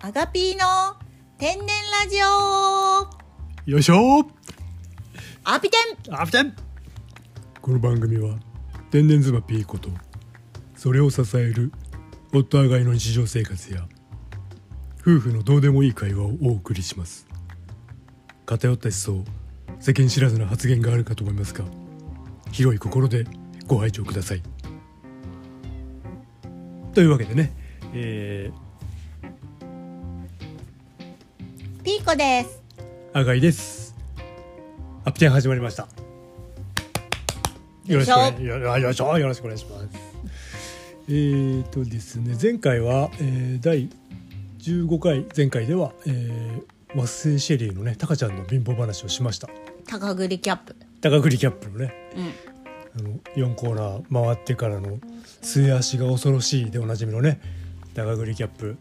アガピーの天然ラジオよいしょアピテンアフテンこの番組は天然妻ピーコとそれを支える夫あがいの日常生活や夫婦のどうでもいい会話をお送りします偏った思想世間知らずな発言があるかと思いますが広い心でご拝聴くださいというわけでね、えピーコですー、あがいですアプテン始まりましたよろしくお願いよよよいしょよろしくお願いします。えーとですね前回は、えー第15回前回では、えー、和製シェリーのねタカちゃんの貧乏話をしました高栗キャップ高栗キャップのねうんあの4コーナー回ってからの「末足が恐ろしい」でおなじみのね高栗キャップ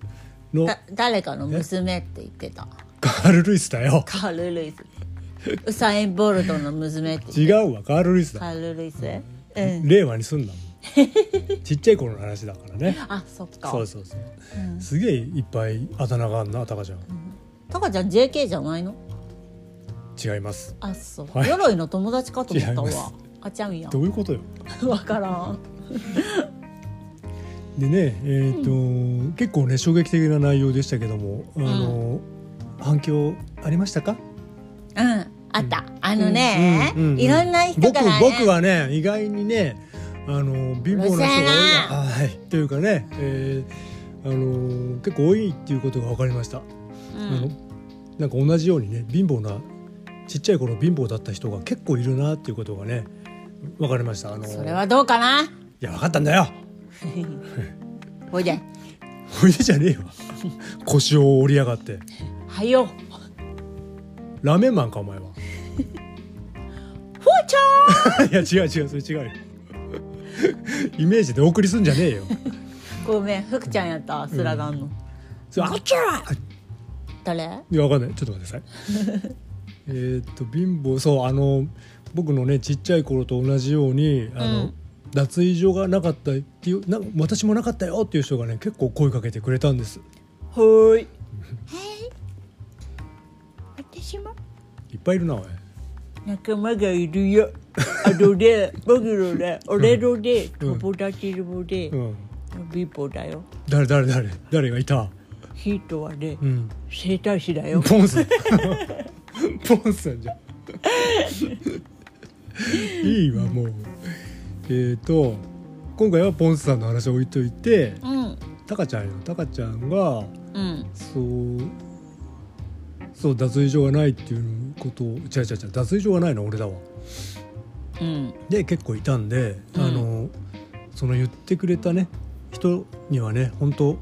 のだ誰かの娘って言ってたカール・ルイスだよカール・ルイスウサイン・ボルトの娘って言って違うわカール・ルイスカだール・ルイスうん令和にすんな もんちっちゃい頃の話だからねあそっかそうそうそう、すげえいっぱいあだ名があんなタカちゃんタカちゃん JK じゃないの違いますあそう、はい鎧の友達かと思った違いまわすあちゃんやどういうことよわからんでねえーと結構ね衝撃的な内容でしたけどもあの、反響ありましたかうんあったあのね、うんうんうんいろんな人から、ね、僕僕はね意外にねあの貧うる乏な人が多いなせえなはいというかね、えーあの結構多いっていうことが分かりました、うあのん、なんか同じようにね貧乏なちっちゃい頃貧乏だった人が結構いるなっていうことがね分かりましたあのそれはどうかないや分かったんだよほいでおいでじゃねえよ 腰を折りやがってはよラーメンマンかお前は フォーチャいや違う違うそれ違うよイメージでお送りすんじゃねえよーごめん福ちゃんやったスラガンの、それあっちゃー誰いやわかんないちょっと待ってください えーっと貧乏そうあの僕のねちっちゃい頃と同じようにあの、うん脱衣所がなかったっていうな私もなかったよっていう人がね結構声かけてくれたんですはーい私もいっぱいいるなおい仲間がいるよあの ね僕のね俺のね友達もねうん貧乏だよ誰誰誰誰がいたヒートはねうん整体師だよポン さんポンさんじゃんいいわもうえー、と今回はポンさんの話は置いといてうんタカちゃんよタカちゃんがうんそうそう脱衣所がないっていうことを違う違う違う脱衣所がないの俺だわうんで結構いたんで、うんあのその言ってくれたね人にはね本当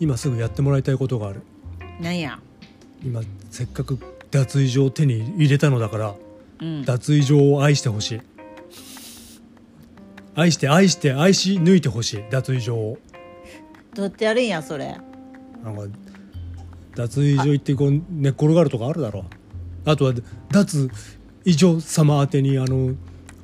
今すぐやってもらいたいことがあるなんや今せっかく脱衣所を手に入れたのだからうん脱衣所を愛してほしい愛して愛して愛し抜いてほしい脱衣所をどうやってやるんやそれなんか脱衣所行ってこう寝っ転がるとかあるだろうあとは脱衣所様宛てにあの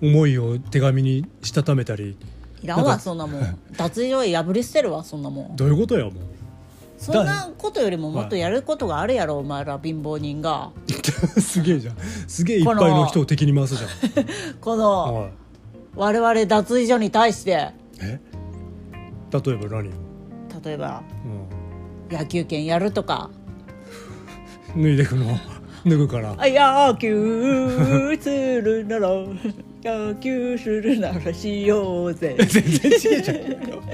思いを手紙にしたためたりいらんわなんかそんなもん脱衣所破り捨てるわそんなもんどういうことよもう そんなことよりももっとやることがあるやろお前ら貧乏人がすげえじゃんすげえいっぱいの人を敵に回すじゃんこのおい我々脱衣所に対してえ例えば何、例えばう野球券やるとかん、脱いでくの脱ぐか「らあ野球するなら 野球するならしよう ぜ全然違えじゃん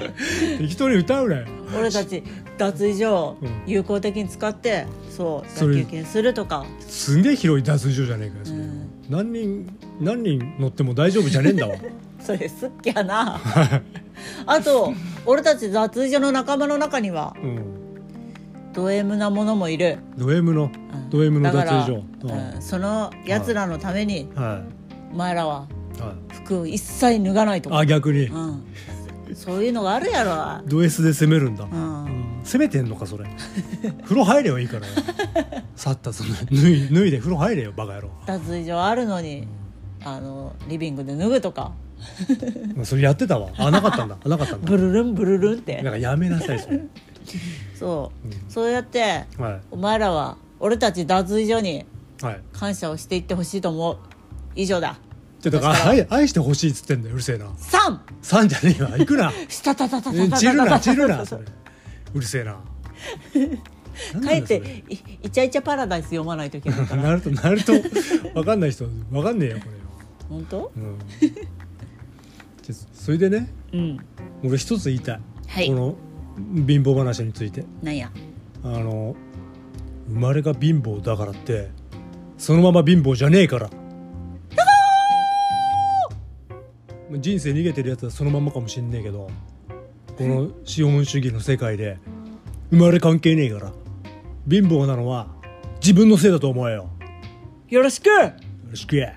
適当に歌うなよ」俺たち脱衣所をうん有効的に使ってそうそ野れ球券するとかすんげえ広い脱衣所じゃねえかよそれ、うん何人何人乗っても大丈夫じゃねえんだわそれすっきゃなあと俺たち脱衣所の仲間の中にはうんド M なものもいるド M の、うんド M の脱だから衣所、うんそのやつらのためにうんは、お前らはいはい、服を一切脱がないとか、あ逆に、うん、そういうのがあるやろ、ド S で攻めるんだ、うん、攻めてんのかそれ 風呂入ればいいからよ去ったその脱い脱いで風呂入れよバカ野郎、脱衣所あるのにあのリビングで脱ぐとかまあそれやってたわあなかったんだあなかったんだブルルンブルルンってなんかやめなさいそれそう、うんそうやってはお前らは俺たち脱衣所にいはい感謝をしていってほしいと思う以上だじゃだから愛愛してほしいっつってんだようるせえな3さんじゃねえわ行 くなしたたたたたたたた散るな散るなそれうるせえななんかなえんっだてそれいイチャイチャパラダイス読まないといけないからなると なるとわかんない人わかんねえよこ本当れは、うん、 じゃそれでねうん俺一つ言いたい、はいこの貧乏話についてなんやあの生まれが貧乏だからってそのまま貧乏じゃねえから人生逃げてるやつはそのままかもしんねえけどこの資本主義の世界で生まれ関係ねえから貧乏なのは自分のせいだと思えよよよろしくろしくや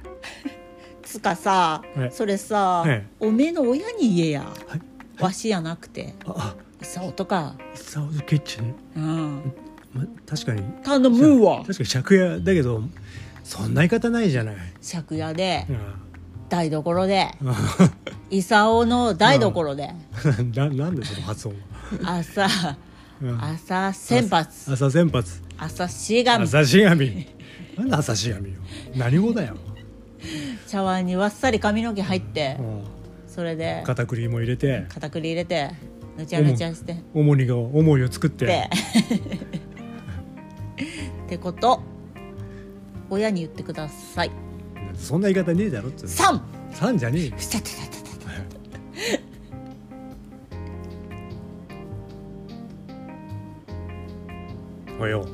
つかさはいそれさはいおめえの親に言えやはいわしやなくてあそうとかサウドキッチン、うんま、確かに頼むわ確かに借家だけどそんな言い方ないじゃない、借家でうん台所で伊オの台所で ななんでその発音は朝うん朝先発朝先発朝しがみ朝しが みなんで朝しがみよ何語だよ、茶碗にわっさり髪の毛入ってうん、それで片栗も入れて片栗入れてぬちゃぬちゃして重荷が重いを作ってってってこと親に言ってくださいそんな言い方ねえだろっつうの3さんじゃねえよしたたたたたおよ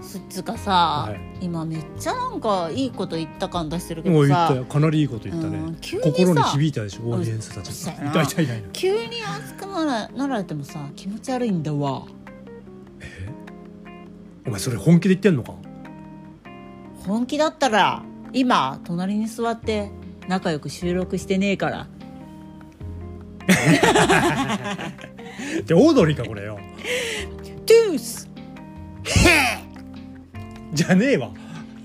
つつかさ、はい今めっちゃなんかいいこと言った感出してるけもどう言ったさよかなりいいこと言ったねうん急にさ心に響いたでしょオーディエンスたちそう痛やない痛い痛い急に熱くならなられてもさ気持ち悪いんだわお前それ本気で言ってんのか本気だったら今隣に座って仲良く収録してねえからでオードリーかこれよトゥースじゃねえわ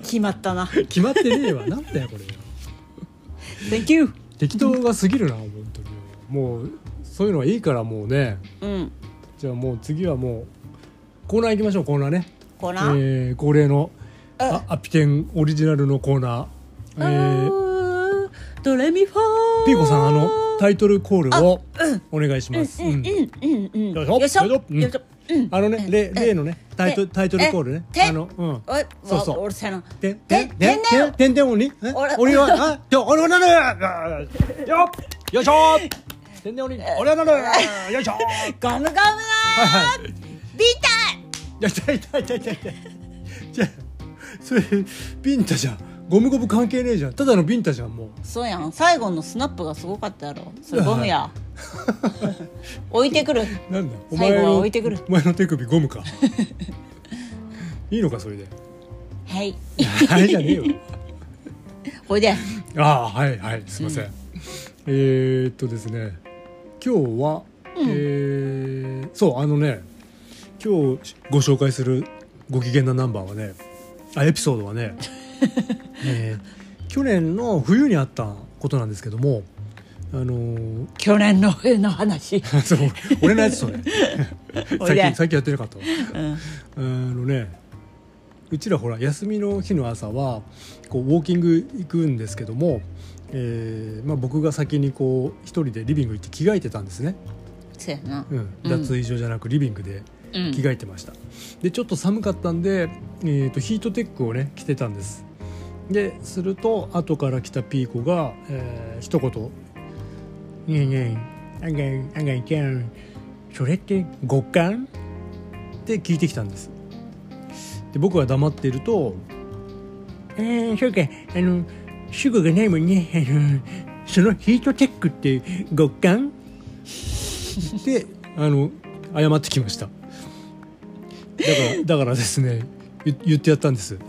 決まったな決まってねえわなんだよこれよ Thank you 適当が過ぎるな本当にもうそういうのはいいからもうねうんじゃあもう次はもうコーナー行きましょうコーナーね、こえら、ー恒例のあアピテンオリジナルのコーナー、えー、あードレミファーピーコさんあのタイトルコールをお願いします、うんうんうんうんよいしょよいしょよよいしょいしょうんあのね例例のねタイトえルタイトルコールねえあのうんおいそうわそううるせえなてんててんてんんてんだよてんてん鬼え俺鬼はあじゃ俺はなるよっよいしょてんてん鬼俺はなるよいしょはいガムガムなはいビタいや痛い痛い痛い痛い痛いじゃあそれビンタじゃんゴムゴム関係ねえじゃんただのビンタじゃんもうそうやん最後のスナップがすごかったやろそれゴムや置いてくるなんだお最前後はの置いてくるお前の手首ゴムかいいのかそれではいあれじゃねえよおいでああはいはいすいません、えー、っとですね今日は、えーそうあのね今日ご紹介するご機嫌なナンバーはねあエピソードは ね、えー去年の冬にあったことなんですけどもあのー 去年の冬の話そう俺のやつそ れおい最で近最近やってなかったわあのねうちらほら休みの日の朝はこうウォーキング行くんですけども、えーまあ、僕が先にこう一人でリビング行って着替えてたんですね、そうやなうん、脱衣所じゃなくリビングでうん着替えてました、でちょっと寒かったんで、えー、とヒートテックをね着てたんですですると後から来たピーコが、えー、一言「ねえねえあんがんあんがんけんそれって極寒?」って聞いてきたんですで僕は黙っていると「えー、そうかあの主語がないもんねあのそのヒートテックって極寒?」であの謝ってきましただからだからですね言言ってやったんです「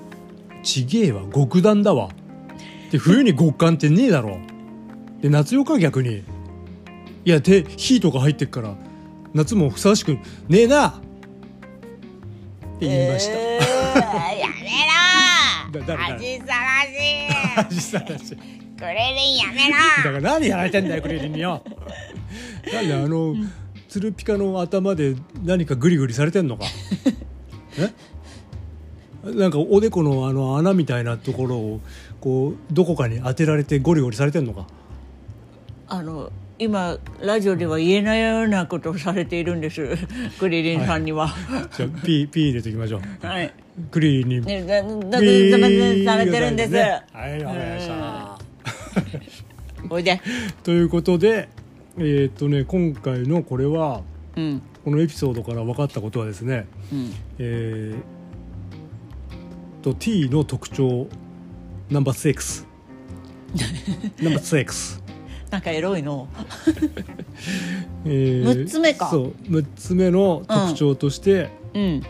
ちげえわ極暖だわ」で冬に極寒ってねえだろで夏よか逆にいやでヒートが入ってっから夏もふさわしくねえなって言いました、えーやめだろ誰誰恥さらしい 実際だしクレリンやめだから何やられてんだよクリリンによなんであの、鶴ピカの頭で何かグリグリされて んのかえなんかおでこのあの穴みたいなところをこうどこかに当てられてゴリゴリされてんのかあの今ラジオでは言えないようなことをされているんですクリリンさんにはじ ゃあピーピー入れておきましょうはいクリーンにねだだだだピーされてるんです、ねはいわかりましたおいでということでえーっとね今回のこれはうんこのエピソードから分かったことはですねうんえー、と T の特徴ナンバー6 ナンバー6なんかエロいのえー六つ目かそう6つ目の特徴として、うん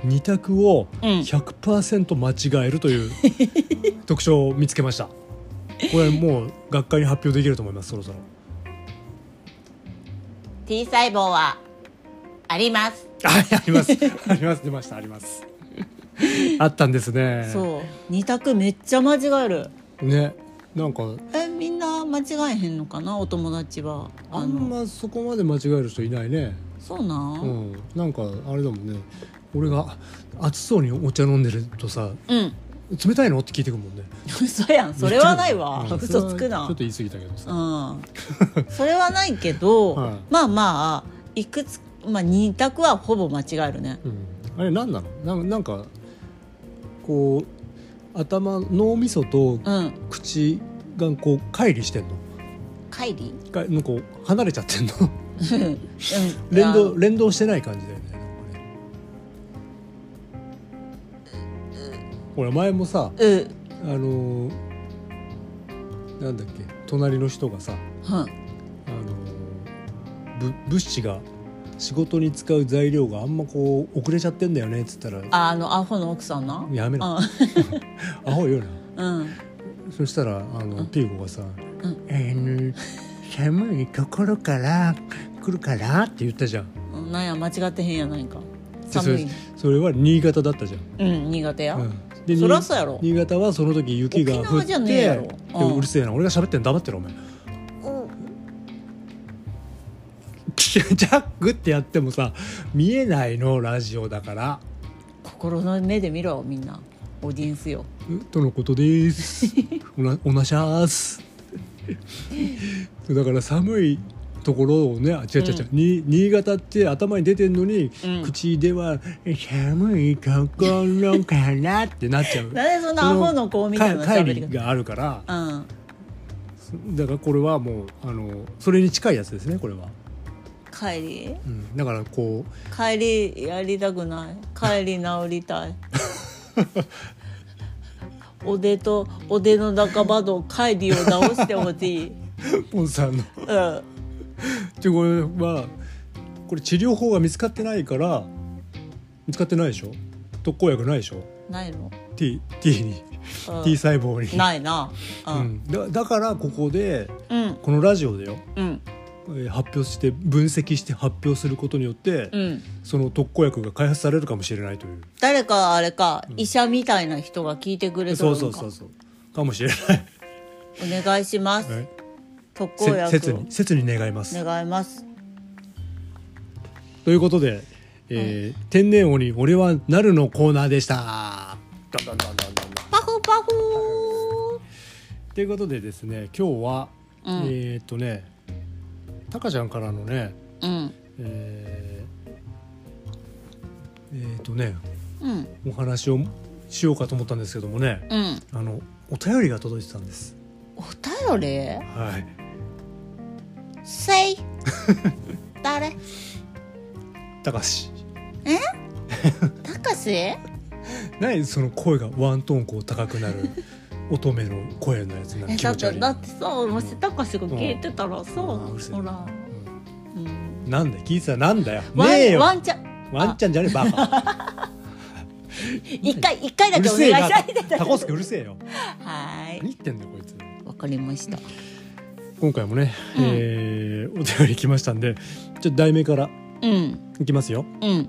二択をうん100%間違える という特徴を見つけましたこれもう学会に発表できると思いますそろそろ T 細胞はありますああります あります出ましたありますあったんですねそう二択めっちゃ間違えるねなんかえみんな間違えへんのかなお友達はああんのまそこまで間違える人いないねそうなんうん、なんかあれだもんね俺が熱そうにお茶飲んでるとさうん「冷たいの?」って聞いてくるもんね嘘 やんそれはないわうん嘘つくなそれはちょっと言い過ぎたけどさ、うん、それはないけど、 はいまあまあいくつまあ二択はほぼ間違えるねうん、あれ何なのなんなんかこう頭脳みそとうん口がこう乖離してんの乖離かなんか離れちゃってんのうん連あ動連動してない感じだよねなんかね俺前もさうんうんあのーなんだっけ隣の人がさ、あのぶ物資が仕事に使う材料があんまこう遅れちゃってんだよねっつったら「ああのアホの奥さんなやめろアホよなうんうん」そしたらあのピーコがさ「うんえー寒いところから来るから」って言ったじゃんうんなんや間違ってへんやないかでそ寒れいそれは新潟だったじゃんうん苦手や、うんでそにらそうやろ新潟はその時雪が降っ沖縄じゃねえやろてでうんうるせえな俺が喋ってんの黙ってろお前 ジャックってやってもさ見えないのラジオだから心の目で見ろみんなオーディエンスよとのこ とです。おな、おなしゃーす。だから寒いところをね、あ、違う違う違う、に、新潟って頭に出てんのに、うん口では。寒いところかなってなっちゃう。 なんでそんなアホの子みたいなか喋帰りり方があるから、うんだからこれはもう、あの、それに近いやつですね、これは。帰りうん、だからこう、帰りやりたくない帰り治り たいおでとおでの中ばの帰りを直してほし い、ポンさんの。うん、でこれはこれ治療法が見つかってないから見つかってないでしょ特効薬ないでしょないの、 T, T に、うん T 細胞にないなううんん、だだからここでうんこのラジオでようんえー発表して分析して発表することによって、うんその特効薬が開発されるかもしれないという誰かあれか、医者みたいな人が聞いてくれてるそのうかそうそうそうかもしれないお願いします、はい特効せ切薬をに切に願います願いますということで、えー天然鬼俺はなる」のコーナーでしたどんどんどんどんどんどんパフパフということでですね今日は、うんえーっとねタカちゃんからのねうんえーえーっとねうんお話をしようかと思ったんですけどもねうんあのお便りが届いてたんですお便りはいせい 誰タカシたかし何その声がワントーンこう高くな る乙女の声のやつなえ気だ持っち悪ていだなってさもしたかしが聞いてたらさ、うんあうるせえほら、うんなんだよ聞いてたらなんだよねワえンよワワンちゃんンちゃんじゃね えバカ一回一回だうけるおせ願えいしなないでタコスケうるせえよは何ー言ってんだよこいついわかりました今回もね、うんえーお便り来ましたんでちょっと題名からうんいきますようん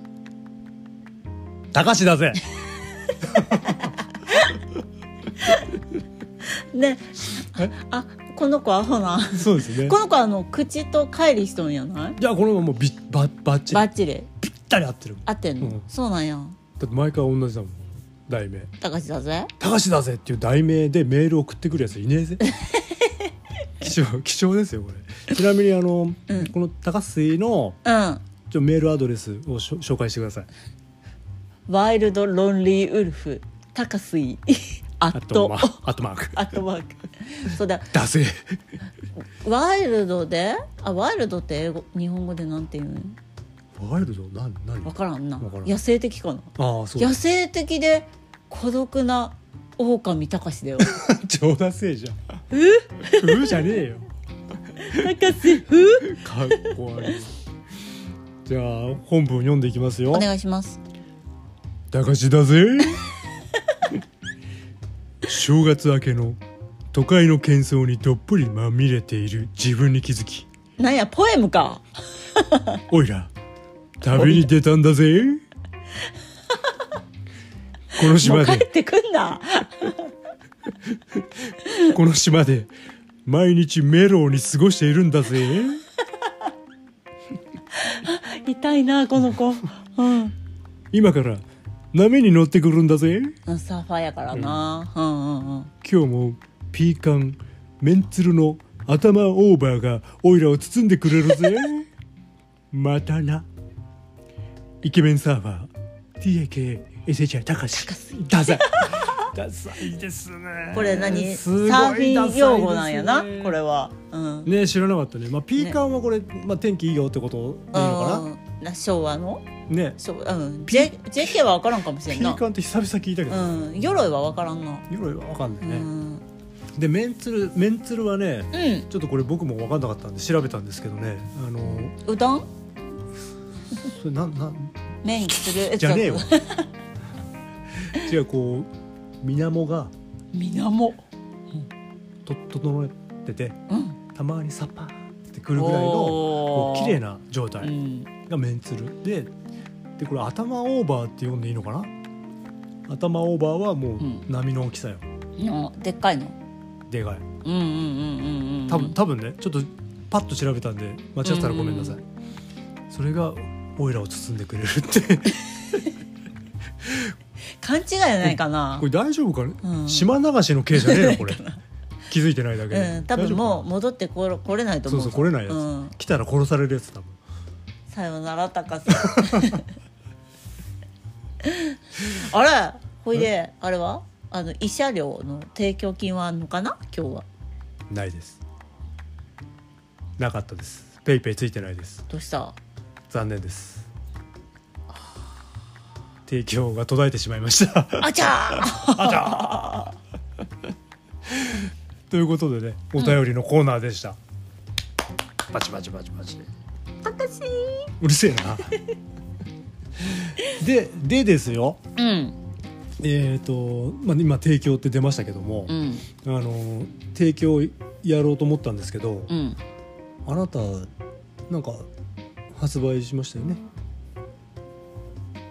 「高し だぜねえあこの子アホなそうですねこの子あの口と乖離しとんやないいやこのままもうビッバッバッチバリッチリぴったり合ってるもん合ってんの、うんそうなんやだって毎回同じだもん題名たかしだぜ「たかしだぜ」っていう題名でメール送ってくるやついね えぜ貴重貴重ですよこれちなみにあの、うんこの「たかし」のうんちょメールアドレスをしょ紹介してくださいワイルドロンリーウルフタカス イアあッとトまあとマーク アットマークそうだだぜワイルドであワイルドって英語日本語でなんて言うんワイルド何何わからんなわからん野生的かなああそう野生的で孤独な狼たかしだよ冗談せえじゃんえうじゃねえよたかしふかっこ悪いじゃあ本文読んでいきますよお願いしますたかしだぜ正月明けの都会の喧騒にどっぷりまみれている自分に気づきなんやポエムかおいら旅に出たんだぜこのも島う帰でってくんなこの島で毎日メロウに過ごしているんだぜ痛いなこの子うん今から波に乗ってくるんだぜうんサーファーやからな、うん、うんうん今日もピーカンメンツルの頭オーバーがオイラを包んでくれ るぜまたなイケメンサーバー TAK エセチャー高橋 ダサいダサいですねこれ何サすごいーフィン用語なんやな、ダサいですねこれはうんね知らなかったねまあピーカンはこれ、まあ天気いいよってことでいいのかうんな昭和のなね昭うん、J JK は分からんかもしれピんなーカンって久々聞いたけど、うん鎧は分からんな、鎧はわかんなういね、んでメンツルメンツルはねうんちょっとこれ僕も分かんなかったんで調べたんですけどねあのうどんそれなんなん麺にするじゃねえ よ違うこう水面がみなもと整っててうんたまにサパーってくるぐらいのこう綺麗な、な状う態ん、がメンツルででこれ頭オーバーって読んでいいのかな頭オーバーはもううん波の大きさよのでっかいのでかいうんうんうんうんうん多分多分ねちょっとパッと調べたんで間違ってたらごめんなさい、うそれがオイラを包んでくれるって 勘違いじゃないかなこれ大丈夫かね、うん島流しの刑じゃねえの これ気づいてないだけで、うん、多分もう戻ってこれ来れないと大丈夫かなそ思ううそう来れないやつ、うん、来たら殺されるやつ多分さよなら高さん あれほいであれはあの慰謝料の提供金はあんのかな今日はないですなかったですペイペイついてないですどうした残念です提供が途絶えてしまいました あちゃーということでねお便りのコーナーでした、バチバチバチバチたかしうるせえなででですようんえっ、と、まあ、今提供って出ましたけども、うんあの提供やろうと思ったんですけど、うんあなたなんか発売しましたよね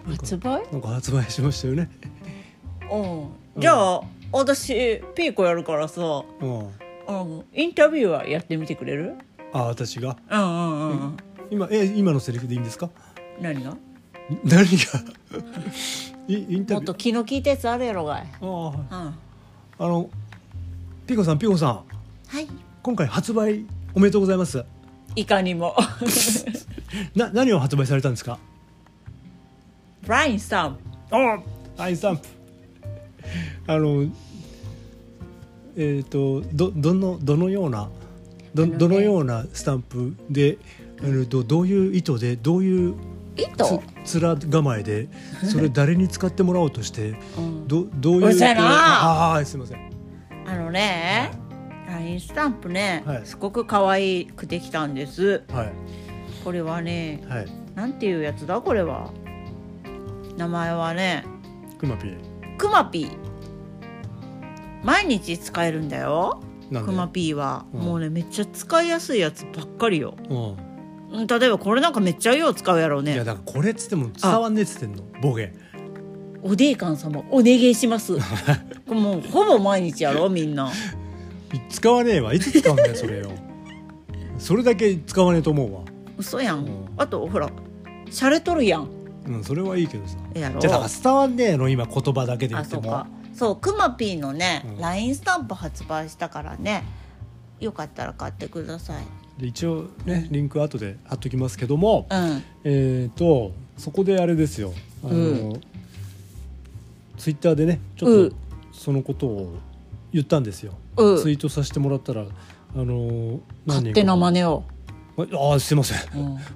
発売なんか発売しましたよねうんじゃあ私ピーコやるからさうんうんインタビューはやってみてくれるあ私がうんうんうんうん今え今のセリフでいいんですか 何が何が イインもタっビとュー気の利いたやつあるやろがいああはいうんはあのピコさんピコさんい今回発売おめでとうございますいかに もな何を発売されたんですかブラインさんあアイスタンプあのえっ、とどどのどのようなどあのねどのようなスタンプであのどどういう意図でどういう糸つ面構えでそれ誰に使ってもらおうとしてうんどどういううるせえなああーすいませんあのね、ラインスタンプね、はいすごく可愛くできたんです。はいこれはね、はいなんていうやつだこれは。名前はね、くまぴーくまぴー。毎日使えるんだよ。なんでくまぴーは、うんもうねめっちゃ使いやすいやつばっかりよ。うんうん例えばこれなんかめっちゃよう使うやろういやね。だからこれっつっても伝わんねえっつってんのボケ おでいかん様お願いします。もうほぼ毎日やろみんな。使わねえわいつ使うんだよ それをそれだけ使わねえと思うわ嘘やん、うんあとほらしゃれとるやんうんそれはいいけどさええやろじゃあだから伝わんねえの今言葉だけで言あってそうもかそうくまピーのね、うん LINE スタンプ発売したからねよかったら買ってくださいで一応ねリンク後で貼っときますけども、うんえっ、とそこであれですよあの、うツイッターでねちょっうとそのことを言ったんですよ、うんツイートさせてもらったらあの勝手な真似を、似ああすいません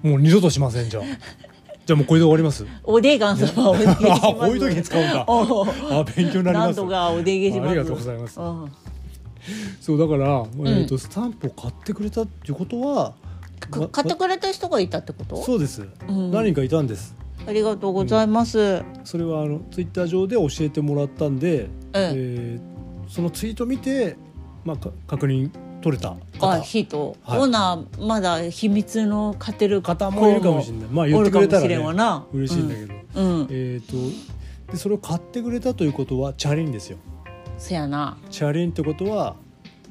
うんもう二度としませんじゃあじゃあもうこれで終わりますおでがん様おでげしま あすこういう時に使うんだあおう勉強になりま何す度かおでげしますありがとうございますうんそうだから、えー、とスタンプを買ってくれたっていうことはくま買ってくれた人がいたってことそうです、ん何人かいたんですありがとうございます、それはあのツイッター上で教えてもらったんで、えーそのツイート見て、まあ、か確認取れたあ方ヒート、はいオーナーまだ秘密の勝てる方もいるかもしれないまあ言おってるくかれもたしれんら、わね、な嬉しいんだけど、どうん、うんえっ、とでそれを買ってくれたということはチャリンですよそやなチャリンってことは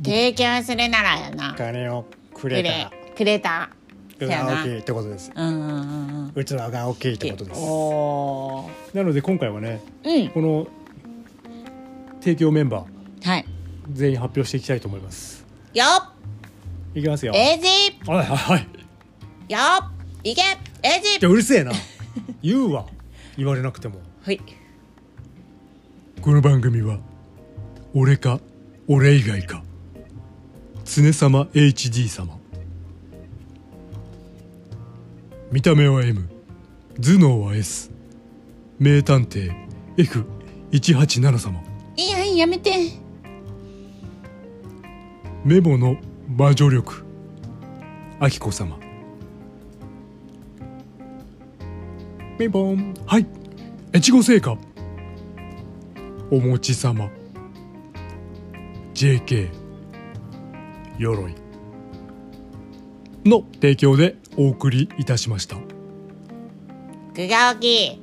提供するならやなおく金をくれくれたそやなってことですうんうんうんうん器が大きいっおーなので今回はねうんこの提供メンバーはい全員発表していきたいと思いますよっいきますよエイジはいはいはいよっいけエイじジゃうるせえな言うわ言われなくてもはいこの番組は俺か俺以外か常様 HD 様見た目は M 頭脳は S 名探偵 F187 様いやいややめてメモの魔女力アキコ様ピンポンはい越後製菓お餅様 JK 鎧の提供でお送りいたしました。グガオキ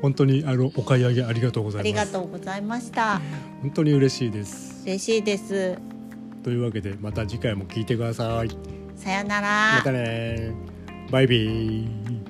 本当にあのお買い上げありがとうござあいりまがす。とうございました本当に嬉しいです。嬉しいですというわけでまた次回も聞いてください。さよなまたねバイビー。